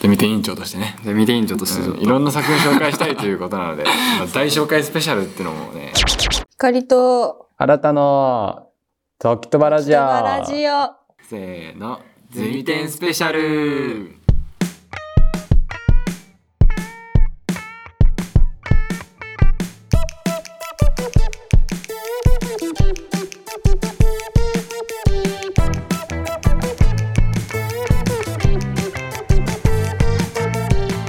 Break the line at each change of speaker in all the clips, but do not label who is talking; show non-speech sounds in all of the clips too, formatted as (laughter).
ゼミ店委員長としてね、
ゼミで委員長としてちょっ
うん
と
いろんな作品紹介したいということな
(laughs)
のでまあ大紹介スペシャルってのもね
光と、
新たの、トキトバラジオ。
ラジオ。
せーのゼミ店スペシャルえ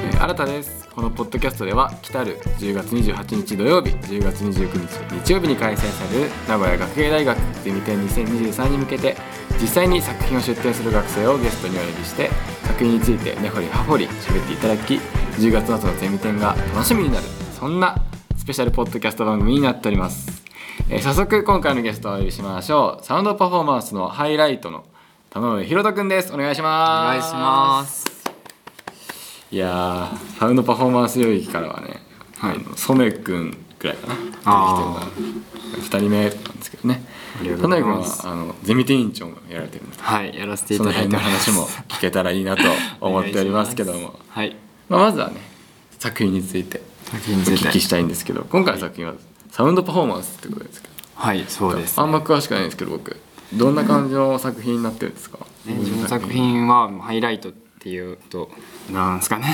ー新たですこのポッドキャストでは来る10月28日土曜日10月29日日曜日に開催される名古屋学芸大学ゼミ展2023に向けて実際に作品を出展する学生をゲストにお呼びして作品について根掘り葉掘り喋っていただき10月末のゼミ展が楽しみになるそんなスペシャルポッドキャスト番組になっております、えー早速今回のゲストをお呼びしましょうサウンドパフォーマンスのハイライトの玉上ひろとくんですお願いし
お
ます
願いします
いやーサウンドパフォーマンス領域からはね、
はい
あの染くんくらいかな
あ
出てきてるのは2人目なんですけどね
ありがと
田
う
中
ござい
君
ま
は
す
あのゼミ店委員長もやられてるので
はいやらせてい
そ
た
の
だい
辺
て
の
ます
話も聞けたらいいなと思っておりますけども
はい
まあ、まずはね作品について
作品
お
につい
聞き
て
したいんですけど今回の作品はサウンドパフォーマンスってことですけど
はいそうです
あんま詳しくないんですけど僕どんな感じの作品になってるんですか
ね自分の作品はハイライトっていうとなんですかね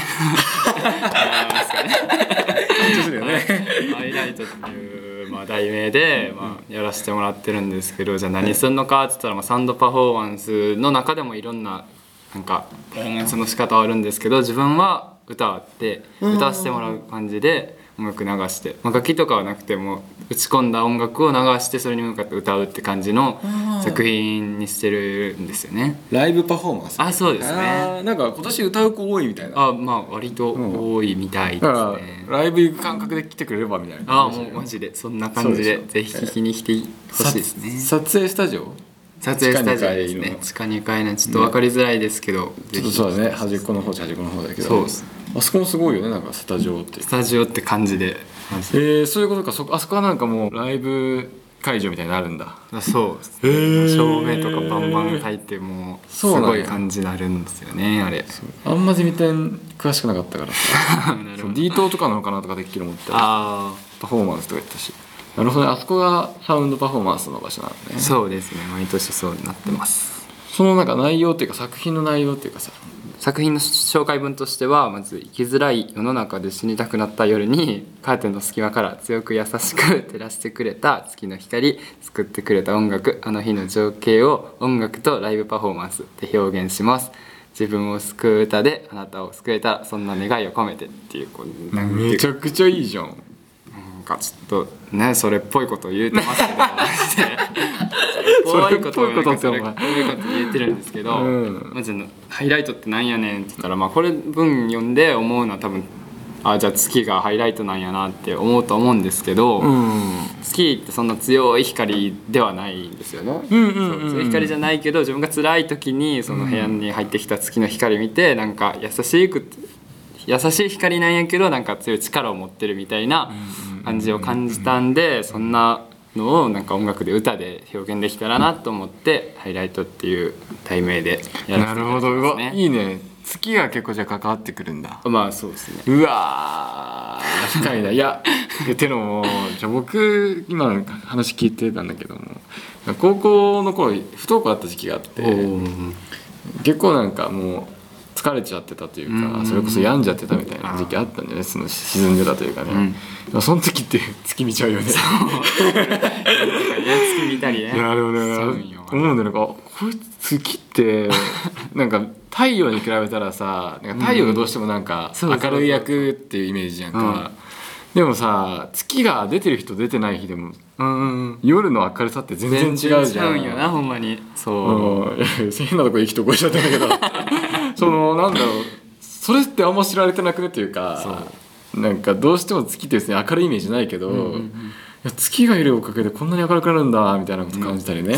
ですよね
(laughs) ハイライトっていう、まあ、題名で、まあ、やらせてもらってるんですけどじゃあ何すんのかって言ったら、まあ、サウンドパフォーマンスの中でもいろんななんかパフォーマンスの仕方はあるんですけど自分は歌って歌わせてもらう感じで音楽流して、まあ、楽器とかはなくても打ち込んだ音楽を流してそれに向かって歌うって感じの作品にしてるんですよね。
ライブパフォーマンス
あそうですね
あーなんか今年歌う子多いみたいな
あまあ割と多いみたいで
だ
す
か
ね。
らライブ行く感覚で来てくれればみたいな
あもうマジでそんな感じで
そうで
ぜひ聞きに来てほしいですね
撮撮影スタジオ
撮影スタジオです
地下二階
ね
の
地下2階のちょっと分かりづらいですけど、
ち
ぜ
ょっと
ひ
そうだね端っこの方じゃ端っこの方だけど
そうです
あそこもすごいよねなんかスタジオって
スタジオって感じでマジで
えー、そういうことかそこあそこはなんかもうライブ会場みたいになるんだ
あそうですね
へー
照明とかバンバン入ってもうす
そうなんや
ごい感じになるんですよねあれ
あんまゼミ展詳しくなかったからさ
(laughs) なる
そ
ほ
う
ど
D 棟とかなのかなとかできる思ってた
あ
パフォーマンスとか言ったしなるほどねあそこがサウンドパフォーマンスの場所なのね
あそうですね毎年そうなってます
そのなんか内容っていうか作品の内容っていうかさ
作品の紹介文としてはまず生きづらい世の中で死にたくなった夜にカーテンの隙間から強く優しく照らしてくれた月の光作ってくれた音楽あの日の情景を音楽とライブパフォーマンスで表現します自分を救う歌であなたを救えたらそんな願いを込めてっていうこうなん
めちゃくちゃいいじゃん
かちょっとねそれっぽいこと言うてますけどマジで
(laughs) そ
そ
れ
れ
っ
っ
ぽ
ぽ
い
い
こと
こと
ってお前
言ってるんですけど、
うん
まずハイライトってなんやねんって言ったら、まあ、これ文読んで思うのは多分あじゃあ月がハイライトなんやなって思うと思うんですけど、
うん
月ってそんな強い光ではないんですよね。
うんうん
そうそういう光じゃないけど自分が辛い時にその部屋に入ってきた月の光見てなんか優しく優しい光なんやけどなんか強い力を持ってるみたいな感じを感じたんでそんなのをなんか音楽で歌で表現できたらなと思って「ハイライト」っていう題名でやら
な
せ
る
ていただ
ほ
いて
どう
ま
わ
すね。
いいね月が結構じゃあ関わってくるんだ
まあそうですね。
うわー深いない (laughs) やてのもじゃあ僕今の話聞いてたんだけども高校の頃不登校だった時期があって結構なんかもう疲れちゃってたというか、
うん
それこそ病んじゃってたみたいな時期あったんだよねその沈んでたというかね、
うん
でもその時って月見ちゃうよね
なんかね月見たりね。
いやでもね
そうよ
思うんだよなんかこいつ月
(laughs)
ってなんか太陽に比べたらさなんか太陽がどうしてもなんか
そうそう
明るい役っていうイメージじゃんか、
うん
でもさ月が出てる日と出てない日でも
うんうんうん。
夜の明るさって全然違うじゃん
全然違うんよなほんまに。そう。
うん (laughs) いや変なとこ生きとこいちゃったんだけど
(laughs)
そのなんだろうそれってあんま知られてなくねというかなんかどうしても月って別に明るいイメージないけど、
んうんうん
いや月がいるおかげでこんなに明るくなるんだみたいなこと感じたりね、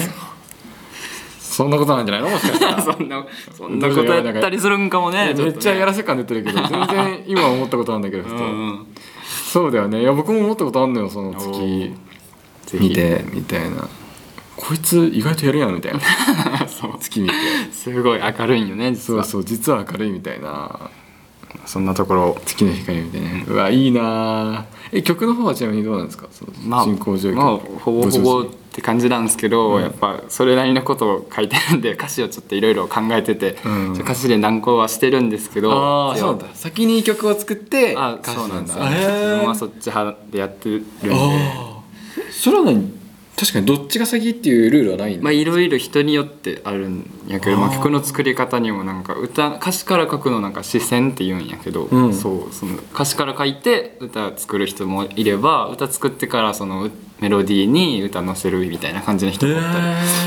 そんなことなんじゃないのもしかしたら
(laughs) そんな、そんなことやったりするんかもね。
めっちゃや
ら
らせ感出てるけど全然今思ったことなんだけどふ
う
と、
んうん。
そうだよねいや僕も思ったことあんのよその
お
月
ー
見てみたいなこいつ意外とやるやんみたいな
(laughs) そう
月見て
すごい明るいんよね、実
そう
は。
そう実は明るいみたいな
そんなところを
月の光を見てねうわいいなーえ曲の方はちなみにどうなんですかその
まあ
進行状況、
まあほぼほぼって感じなんですけど、
うん
やっぱそれなりのことを書いてるんで歌詞をちょっといろいろ考えてて、
うん
歌詞で難航はしてるんですけど
ああ
一
そ
応
うなんだ先に曲を作って
あ
歌詞
そうなんだ
へ
自分は
ー
そっち派でやってるんで
あーそれは何確かにどっちが先っていうルールはないんだ、
まあいろいろ人によってあるんやけどまあ、
あー
曲の作り方にもなんか歌歌詞から書くのなんか視線って言うんやけど、
うん
そうその歌詞から書いて歌作る人もいれば歌作ってからそのメロディーに歌載せるみたいな感じの人もおったり、
へ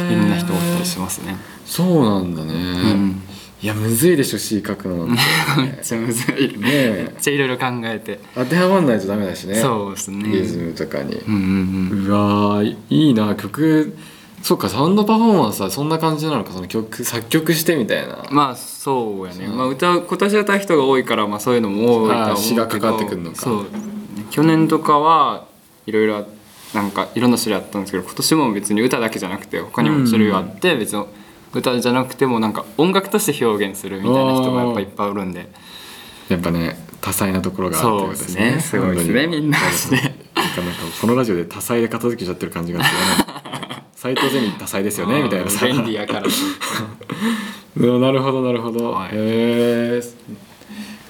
ー
いろんな人おったりします
(laughs)
ね。
そうなんだね、
ん
いやむずいでしょ詩書くの (laughs) なんて
めっちゃむずい、
ねえ
めっちゃいろいろ考えて、
当てはまんないとダメだしね
そうですね
リズムとかに、
うんうん
うわーいいな曲そうかサウンドパフォーマンスはそんな感じなのかその曲作曲してみたいな、
うん、まあそうやね、
そう
まあ、歌う今年歌う人が多いから、まあ、そういうのも多いとは思うけど
あー詩がかかってくるのか
そう去年とかはいろいろなんかいろんな種類あったんですけど今年も別に歌だけじゃなくて他にも種類あって、別に歌じゃなくてもなんか音楽として表現するみたいな人がやっぱいっぱいおるんで
やっぱね多彩なところがあるってこ
そう
と
で
ですす
ね
ね
すごいですねみんなですね
なんかなんかこのラジオで多彩で片付けちゃってる感じがする (laughs) ね斎藤ゼミ多彩ですよねみたいなさ
便利やから
うんなるほどなるほど、
はい
へえ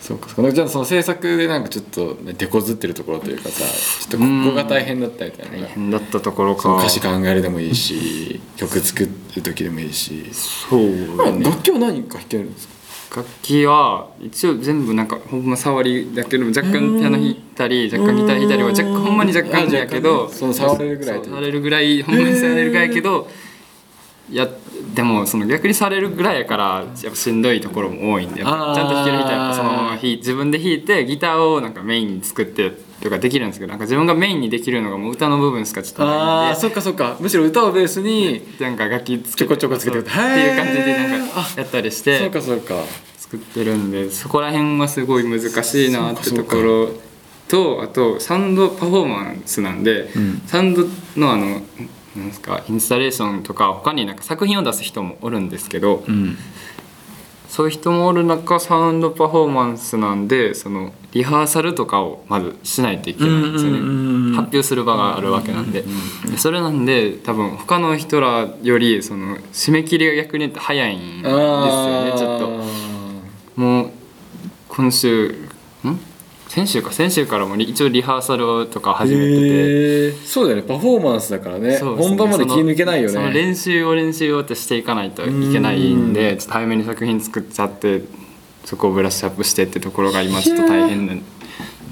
そうかそうかじゃあその制作でなんかちょっとね手こずってるところというかさちょっとここが大変だったみたいな
大変だったところ
その
か
歌詞考えるでもいいし曲作る時でもいいし
そうだね
楽器は何か弾けるんですか
楽器は一応全部なんかほんま触りだけども若干ピアノ弾いたり若干ギター弾いたりは若干ほんまに若干やけ
あ若干
ど
ねその触れるぐらいというか
そう触れるぐらいほんまに触れるぐらいやけどいやでもその逆にされるぐらいやからやっぱしんどいところも多いんでやっ
あー
ぱちゃんと弾ける人はやっぱそのまま弾い自分で弾いてギターをなんかメインに作ってとかできるんですけどなんか自分がメインにできるのがもう歌の部分しかちょっとないんで
そっかそっかむしろ歌をベースに
なんか楽器つ
ちょこちょこつけて
そうっていう感じでなんかやったりして
そうかそうか
作ってるんでそこら辺はすごい難しいなって
そう
と
かそ
こ
うか
ろとあとサウンドパフォーマンスなんで、
ん
サウンドのあのなんですかインスタレーションとか他になんか作品を出す人もおるんですけど、
うん
そういう人もおる中サウンドパフォーマンスなんでそのリハーサルとかをまずしないといけないんですよね、
うんうんうんうん
発表する場があるわけなんで,で、それなんで多分他の人らよりその締め切りが逆に早いんですよねちょっと。もう今週ん先週か先週からもリ一応リハーサルとか始めてて、
へえそうだよねパフォーマンスだからね
そうです
本
ね
番まで気抜けないよ
そのその
ね
練習を練習をってしていかないといけないん
う
でちょっと早めに作品作っちゃってそこをブラッシュアップしてってところが今ちょっと大変なんで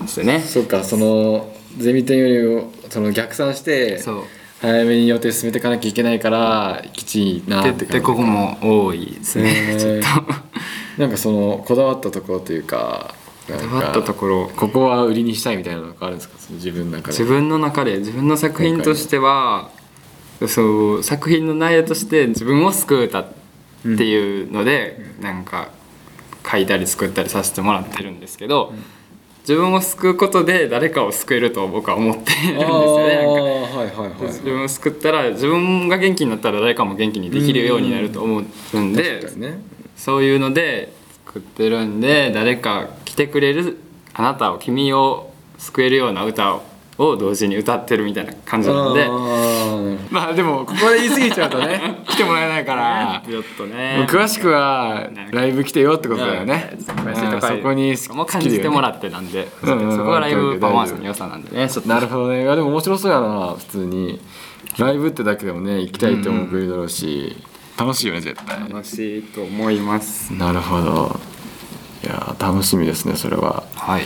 すよね
そうかそのゼミ点よりもその逆算して
そう
早めに予定進めていかなきゃいけないからきちいな
で
って感じ
でここも多いですね
(laughs) へー
ちょっと
なんかそのこだわったところというかこ
変わったところ
ここは売りにしたいみたいなのがあるんですかその自分の中で
自分の中で自分の作品としてはそう作品の内容として自分を救う歌っていうので、なんか書いたり作ったりさせてもらってるんですけど、自分を救うことで誰かを救えると僕は思ってるんですよね。なんか
あーはいはいはい
自分を救ったら自分が元気になったら誰かも元気にできるようになると思うんで、
確かにね
そういうので作ってるんで誰か来てくれるあなたを君を救えるような歌をを同時に歌ってるみたいな感じなので
あーまあでもここで言い過ぎちゃうと (laughs) ね来てもらえないから
ちょっとね
詳しくはライブ来てよってことだよね
うん
うん
詳しいとこ
そこに
も感じてもら
っ
ってなんで、
うんうんうん
そこがライブパフォーマンスの良さなんでねちょっと
なるほどねいやでも面白そうやな普通にライブってだけでもね行きたいって思うだろうし楽しいよね絶対
楽しいと思います
なるほどいやー楽しみですねそれは
はい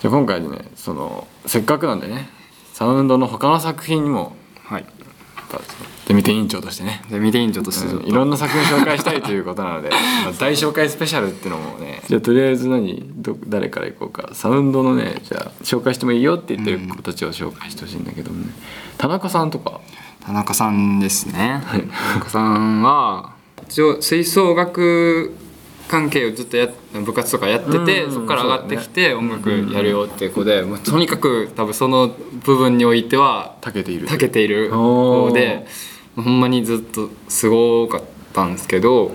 じゃあ今回ねそのせっかくなんでねサウンドの他の作品にも
はい
やっぱデミテ委員長としてね
で見ていいんちょっとしてちょ
う
っ
ん
と
いろんな作品紹介したいということな (laughs) のでまあ大紹介スペシャルってのもねじゃあとりあえず何ど誰からいこうかサウンドのねじゃあ紹介してもいいよって言ってる子たちを紹介してほしいんだけどもね田中さんとか
田中さんですね、田中さんは一応吹奏楽関係をずっとやっ部活とかやってて、
うん
そこから上がってきて
そうだね
音楽やるよっていう子で、もうとにかく多分その部分においては
たけている
長けている
おー
方でほんまにずっとすごかったんですけど、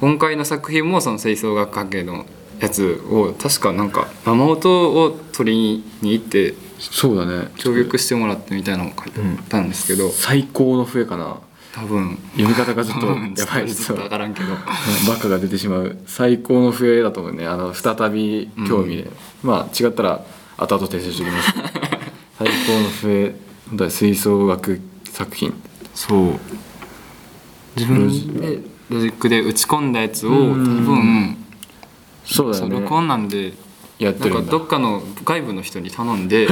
今回の作品もその吹奏楽関係のやつを確かなんか生音を取りに行って
そうだね
協力してもらってみたいなのを書いてあったんですけど、
最高の笛かな
多分
読み方がちょっとやばい
(laughs) ちょっと分からんけど
バカが出てしまう最高の笛だと思うねあの再び興味で、まあ違ったら後々訂正しておき
(laughs)
ます最高の笛本当に吹奏楽作品
そう自分でロジックで打ち込んだやつを多分
そうだ
そ
よ
う
ね
録音なんで
やって
なん
る
か
んだ
どっかの外部の人に頼
(laughs)
んで
へえ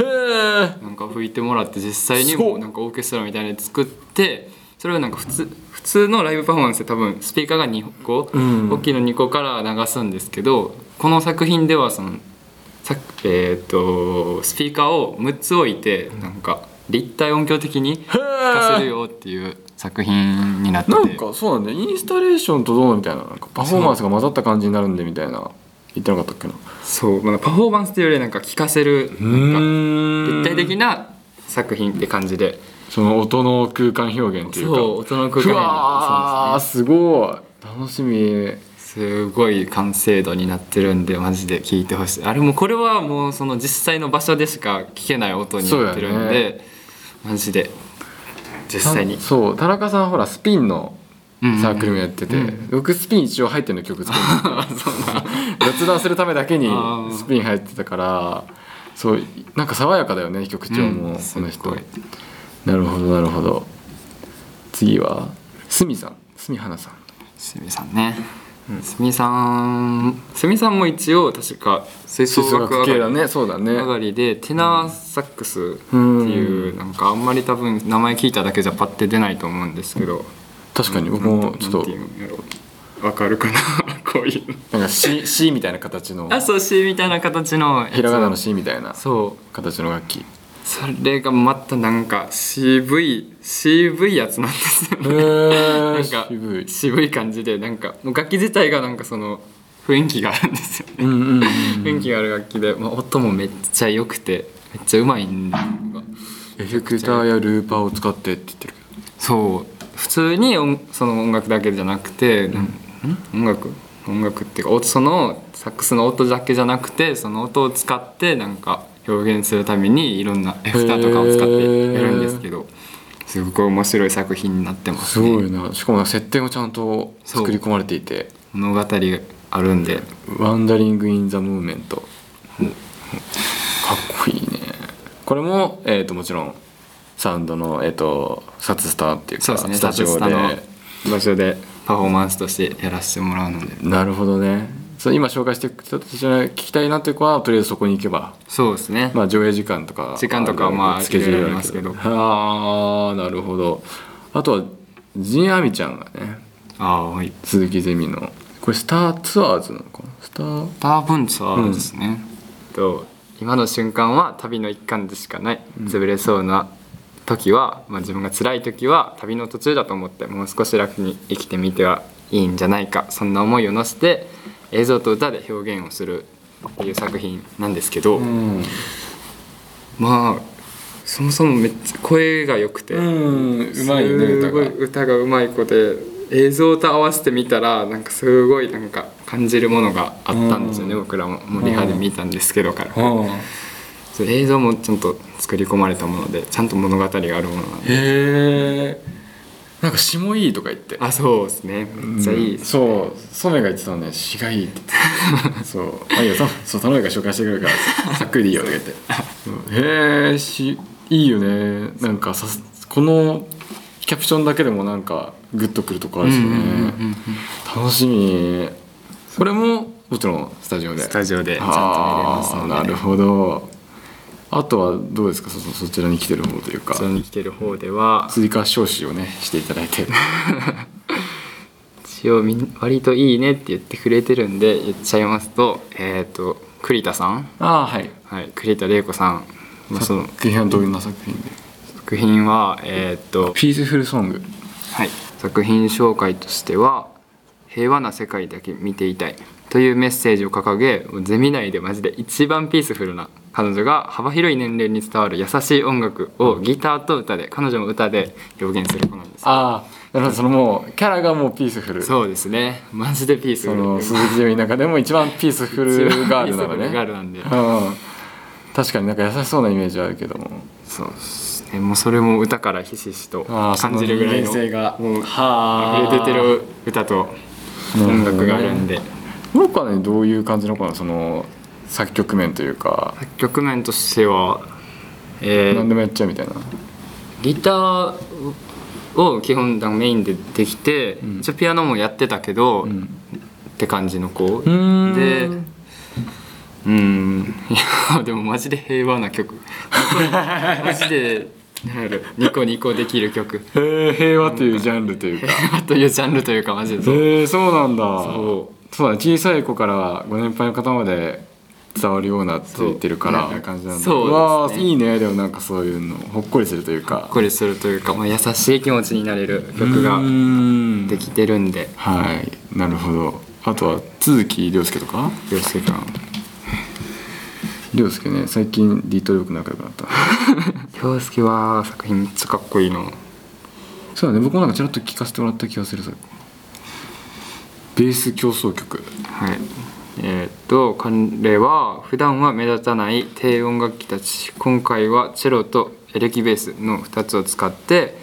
なんか吹いてもらって実際に
すご
も
っ
うなんかオーケストラみたいに作ってそれをなんか普通普通のライブパフォーマンスで多分スピーカーが2個、
うん
大きいの2個から流すんですけどこの作品ではそのさえっ、とスピーカーを6つ置いてなんか立体音響的に聞かせるよっていう作品になってて
なんかそうなんだよインスタレーションとどうのみたいななんかパフォーマンスが混ざった感じになるんでみたいな言ってなかったっけな
そうまあパフォーマンスというよりなんか聞かせるなんか
立
立体的な作品って感じで
その音の空間表現というか
そう大人の空間
う
にな
わー
ってそう
す
ですね
ごい楽しみ
すごい完成度になってるんでマジで聞いてほしいあれもこれはもうその実際の場所でしか聞けない音になってるん
そうや
で、マジで実際に
たそう田中さんほらスピンのサークルもやってて、
うんうん
僕スピン一応入ってるの曲作るの
(laughs)
雑談するためだけに
あー
スピン入ってたからそうなんか爽やかだよね曲調も、
うん
この
すご
人
い
なるほどなるほど次はすみさんすみはなさん
すみさんねすみさんすみさんも一応確か吹奏楽
吹奏楽系だ
上
ねそうだね
がりでテナーサックスって
う
いうなんかあんまり多分名前聞いただけじゃパッて出ないと思うんですけど
確かに僕もちょっ
なん
と
ていうんやろわかるかな (laughs) こういうの
なんか C, C みたいな形の
あそうしみたいな形のやつ
ひらがなの C みたいな
そう
形の楽器へ
それがまたなんか渋い渋いやつなんですよねな
え
んか
渋い
渋い感じでなんかもう楽器自体がなんかその雰囲気があるんですよね
うんうんうん
雰囲気がある楽器で、まあ、音もめっちゃ良くてめっちゃうまいんだ
エフェクターやルーパーを使ってって言ってるけど
そう普通に音その音楽だけじゃなくて、なん、音楽音楽っていうかおそのサックスの音だけじゃなくてその音を使ってなんか表現するためにいろんなエフェクターとかを使ってやるんですけどすごく面白い作品になってます
す
ね
ごいなしかも設定もちゃんと作り込まれていて
物語があるんで
「ワンダリング・イン・ザ・ムーメント」かっこいいねこれも、えー、ともちろんサウンドの、えー、とサツスターっていうかスタジオ
タの
で
場所でパフォーマンスとしてやらせてもらうので
なるほどねそう今紹介してくれた人が聞きたいなという子はとりあえずそこに行けば
そうですね、
まあ、上映時間とか
時間とかはまあ
スケジュールあり
いろい
ま
ろありますす
け
け
ど
ど
ああなるほどあとはジン・アミちゃんがね
ああはい
鈴木ゼミのこれスターツアーズなのかなスター
ダーブンツァーですね、と今の瞬間は旅の一環でしかない潰れそうな時は、まあ、自分が辛い時は旅の途中だと思ってもう少し楽に生きてみてはいいんじゃないかそんな思いを乗せて映像と歌で表現をするっていう作品なんですけど、
うん
まあそもそもめっちゃ声が良くて、
うまいよね
す
歌
ごい
が
歌がうまい子で映像と合わせてみたらなんかすごいなんか感じるものがあったんですよね、僕らももうリハで見たんですけどから、そう映像もちゃんと作り込まれたものでちゃんと物語があるものなんで
へえなんか詩もいいとか言って
あそうですねめっちゃいいです、
そう染が言ってたのね詩がいいって言ってたそうあいいよそうそう頼むから紹介してくれるからさっくりでいいよとか言ってうんへえ詩いいよねなんかさすこのキャプションだけでもなんかグッとくるとこあるしね、楽しみこれももちろんスタジオで
スタジオでちゃんと見れますの
あ
で
あなるほどあとはどうですかそそそちらに来てる方というか
こちらに来てる方では
追加招集をねしていただい
(laughs)
て
一応みん割といいねって言ってくれてるんで言っちゃいますとえっ、と栗田さん
ああはい
はい栗田玲子さんまあその
作品はどういうような作品で
作品はえっ、と
ピースフルソング
はい、作品紹介としては「平和な世界だけ見ていたい」というメッセージを掲げゼミ内でマジで一番ピースフルな彼女が幅広い年齢に伝わる優しい音楽をギターと歌で彼女も歌で表現する子なんです
ああだからそのもうキャラがもうピースフル
そうですねマジでピース
その
一
鈴木ジュリの中でも一番ピースフル
番
ガールなの
ピースフルガー
ね
ルなんで
うん確かになんか優しそうなイメージはあるけども
そうですねもうそれも歌からひしひしと
あー
感じるぐらいの
その人間性が
もう溢れ出てる歌と音楽があるんで
ロッカーねどういう感じの子なのその作曲面というか
曲面としては、えー
何でもやっちゃうみたいな
ギターを基本だメインでできて、
ん
一応ピアノもやってたけど、
う
っ
ん
て感じの子
うーん
でうんいやでもマジで平和な
(laughs)
曲マジでなんやろニコニコできる曲
へー平和というジャンルというか
平和というジャンルというかマジでそう
へえそうなんだ
そ
そうだね小さい子からご年配の方まで伝わるようなって言ってるから
そう
みたいな感じなんだ
そうですね
わーいいねでもなんかそういうのほっこりするというか
ほっこりするというか、まあ、優しい気持ちになれる曲が
うーん
できてるんで
はいなるほどあとは都築亮介とか
涼介君
亮介ね最近ディートよく仲良くなった
涼介は作品めっちゃかっこいいの
そうだね僕もなんかちらっと聞かせてもらった気がするそれベース競争曲
はい。えーっと彼は普段は目立たない低音楽器たち今回はチェロとエレキベースの2つを使って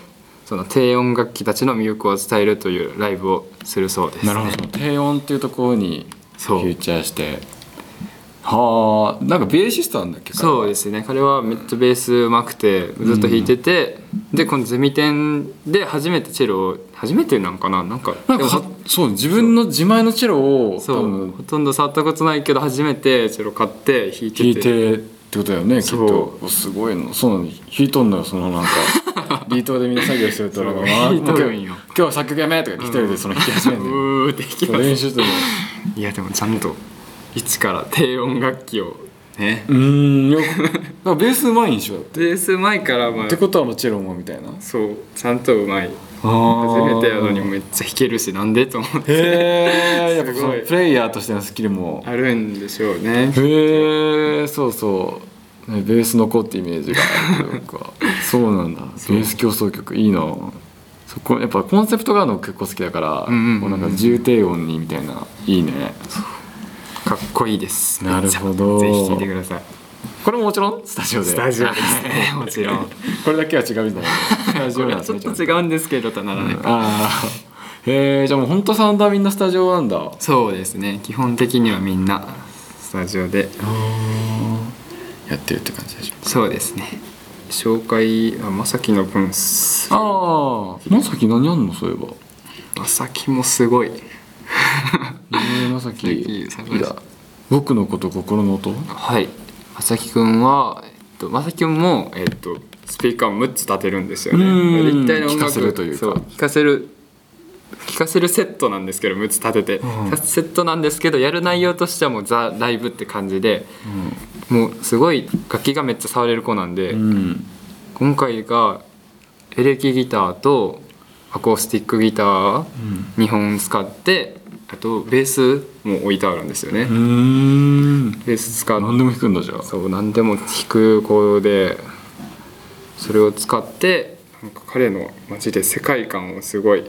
その低音楽器たちの魅力を伝えるというライブをするそうです、
なるほど低音っていうところにフ
そう
ューチャーしてはあなんかベーシストなんだっけ
そうですね彼はめっちゃベースうまくてずっと弾いてて、でこのゼミ展で初めてチェロを初めてなんかななんか
なん
で
か
も
はそう自分の自前のチェロを多
そうほ
分
とんど触ったことないけど初めてチェロ買って弾いてて
弾いてってことだよねきっ
そう
とおすごいのそうなの弾いとんのよその (laughs) なんかビートでみんな作業してるとなんか
そう
あー
弾いとるんよ
もう今日今日は作曲やめとか言って一人でその弾き始めて、
うーって弾き
そう
ま
練
す
習しても
いやでもちゃんと一から低音楽器をね
うーんよくなんかベースうまいんでしょっ
ベース前からまあ
てことはもうチェロもみたいな
そうちゃんとうまい初
初
めてやのにめっちゃ弾けるしなんでと思って
へえやっぱその
すごい
プレイヤーとしてのスキルも
あるんでしょうね
へえそうそう、ね、ベースの子ってイメージがあるという
(laughs)
かそうなんだベース競争曲いいなそこやっぱコンセプトがあるの結構好きだから、
うんうんうんうん
こうなんか重低音にみたいないいね
かっこいいです
なるほど
ぜひ聴いてください
これももちろんスタジオで
オですね (laughs) もちろん
(laughs) これだけは違うみたいなスタジ
(laughs) こ
オ
れ
なんで
はち
す
ょ
ね
っと違うんですけどとはならない
ああへえじゃあもう本当サウンドはみんなスタジオなんだ
そうですね基本的にはみんなスタジオで
やってるって感じでしょ
そうですね紹介はまさきの分っす
ああまさき何あんのそういえ
(laughs)
ば
まさきもすごい
井上まさき
いい探し
僕のこと心の音
はい正木くんは、えっと、正木くんも、えっと、スピーカーを6つ立てるんですよね
うん
立体の
聞
音楽
かせるというか
そ聞かせる聞かせるセットなんですけど6つ立てて、
うん
セットなんですけどやる内容としてはもうザ・ライブって感じで、もうすごい楽器がめっちゃ触れる子なんで、
うん
今回がエレキギターとアコースティックギター2本使ってあとベースも置いてあるんですよね、
うん
ベース使って
何でも弾くんだじゃあ
そう何でも弾く子でそれを使ってなんか彼のマジで世界観をすごい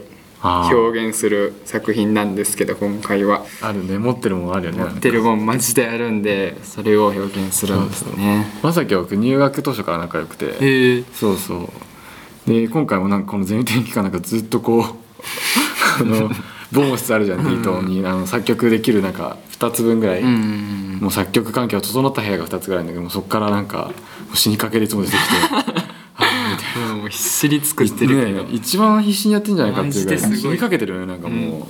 あー
表現する作品なんですけど今回は
あるね持ってるもんあるよね
持ってるもんマジであるんでそれを表現するんですね
まさきは僕入学当初から仲良くて
へえ
そうそうで今回もなんかこのゼミ展期間なんかずっとこう (laughs) あのボーン室あるじゃんディートにあの作曲できるなんか2つ分ぐらい、
うん
もう作曲環境が整った部屋が2つぐらいあるんだけどもうそっからなんかもう死にかけるいつも出てきて
うんもうひっすり作ってるけど、
ね一番必死にやってんじゃないかっていうぐらい
マジです
死
ごい
にかけてるよねなんかもう、
うん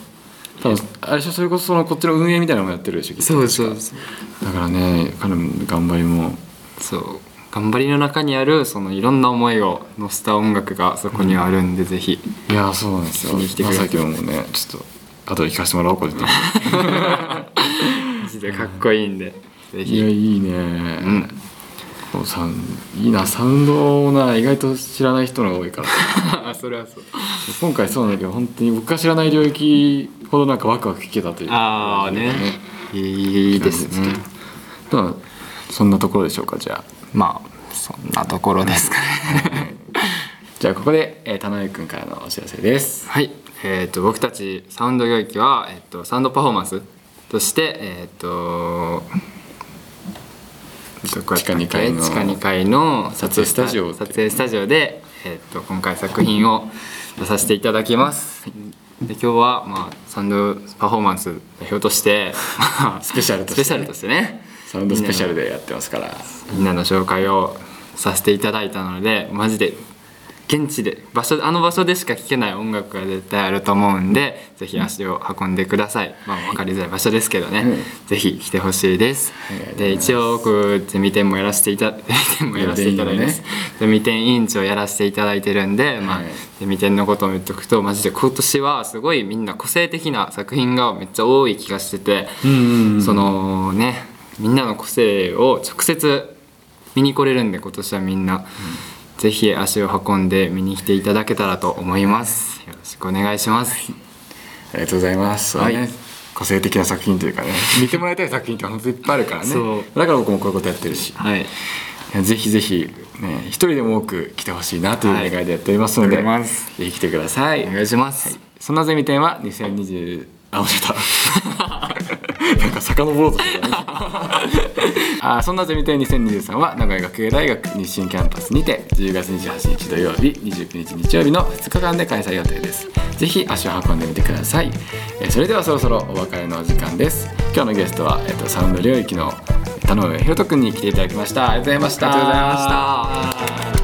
多分あれでしょそれこそそのこっちの運営みたいなのもやってるでしょきっと
そうそうそう
だからね彼の頑張りも
そう頑張りの中にあるそのいろんな思いを乗せた音楽がそこにはあるんで、ぜひ
いやーそうなんですよ
聞きに来てく
ま
ださ
さ
い
きもねちょっと後で聞かせてもらおう個人的
マジでかっこいいんで、ぜ (laughs)
にいや
ひ
いいね、
うん
こうさんいいなサウンドをな意外と知らない人が多いから (laughs)
それはそう
今回そうなんだけど本当に僕が知らない領域ほどなんかワクワク聞けたという
ああねいいですね
だからそんなところでしょうかじゃあ (laughs)
まあそんなところですかね
じじゃあここで、えー、田上くんからのお知らせです
はい、えー、と僕たちサウンド領域は、えー、とサウンドパフォーマンスとして、えー、と
地下2階の
地下2階の撮
影スタジオ
撮影スタジオで、えー、と今回作品を出させていただきますで今日は、まあ、サウンドパフォーマンス代表として、ま
(laughs)
あ、
スペシャルとしてね
スペシャルとしてね
サウンドスペシャルでやってますから
みんなの紹介をさせていただいたのでマジで現地で場所あの場所でしか聴けない音楽が絶対あると思うんでぜひ足を運んでください、まあ、分かりづらい場所ですけどね、ぜひ来てほしいですで一応僕ゼミ展もやらせていた (laughs) ゼミ展もやらせていただいてます (laughs) ゼミ展委員長やらせていただいてるんで、まあ
はい、
ゼミ展のことを言っとくとマジで今年はすごいみんな個性的な作品がめっちゃ多い気がしてて、そのねみんなの個性を直接見に来れるんで今年はみんな、ぜひ足を運んで見に来ていただけたらと思いますよろしくお願いします、
ありがとうございます、
はい
そうね個性的な作品というかね見てもらいたい作品って本当いっぱいあるからね
そう
だから僕もこういうことやってるし、
はい
いやぜひぜひ、ね、一人でも多く来てほしいなという願いでやっておりますので、
はいわかります
ぜひ来てください
お願いします、
そんなゼミ展は2020あ間違えた (laughs) なんか遡ろうとしてた、ね、あそんなゼミ展2023は名古屋学芸大学日清キャンパスにて10月28日土曜日29日日曜日の2日間で開催予定ですぜひ足を運んでみてくださいえーそれではそろそろお別れのお時間です今日のゲストは、えっとサウンド領域の田上博人君に来ていただきましたありがとうございました
ありがとうございました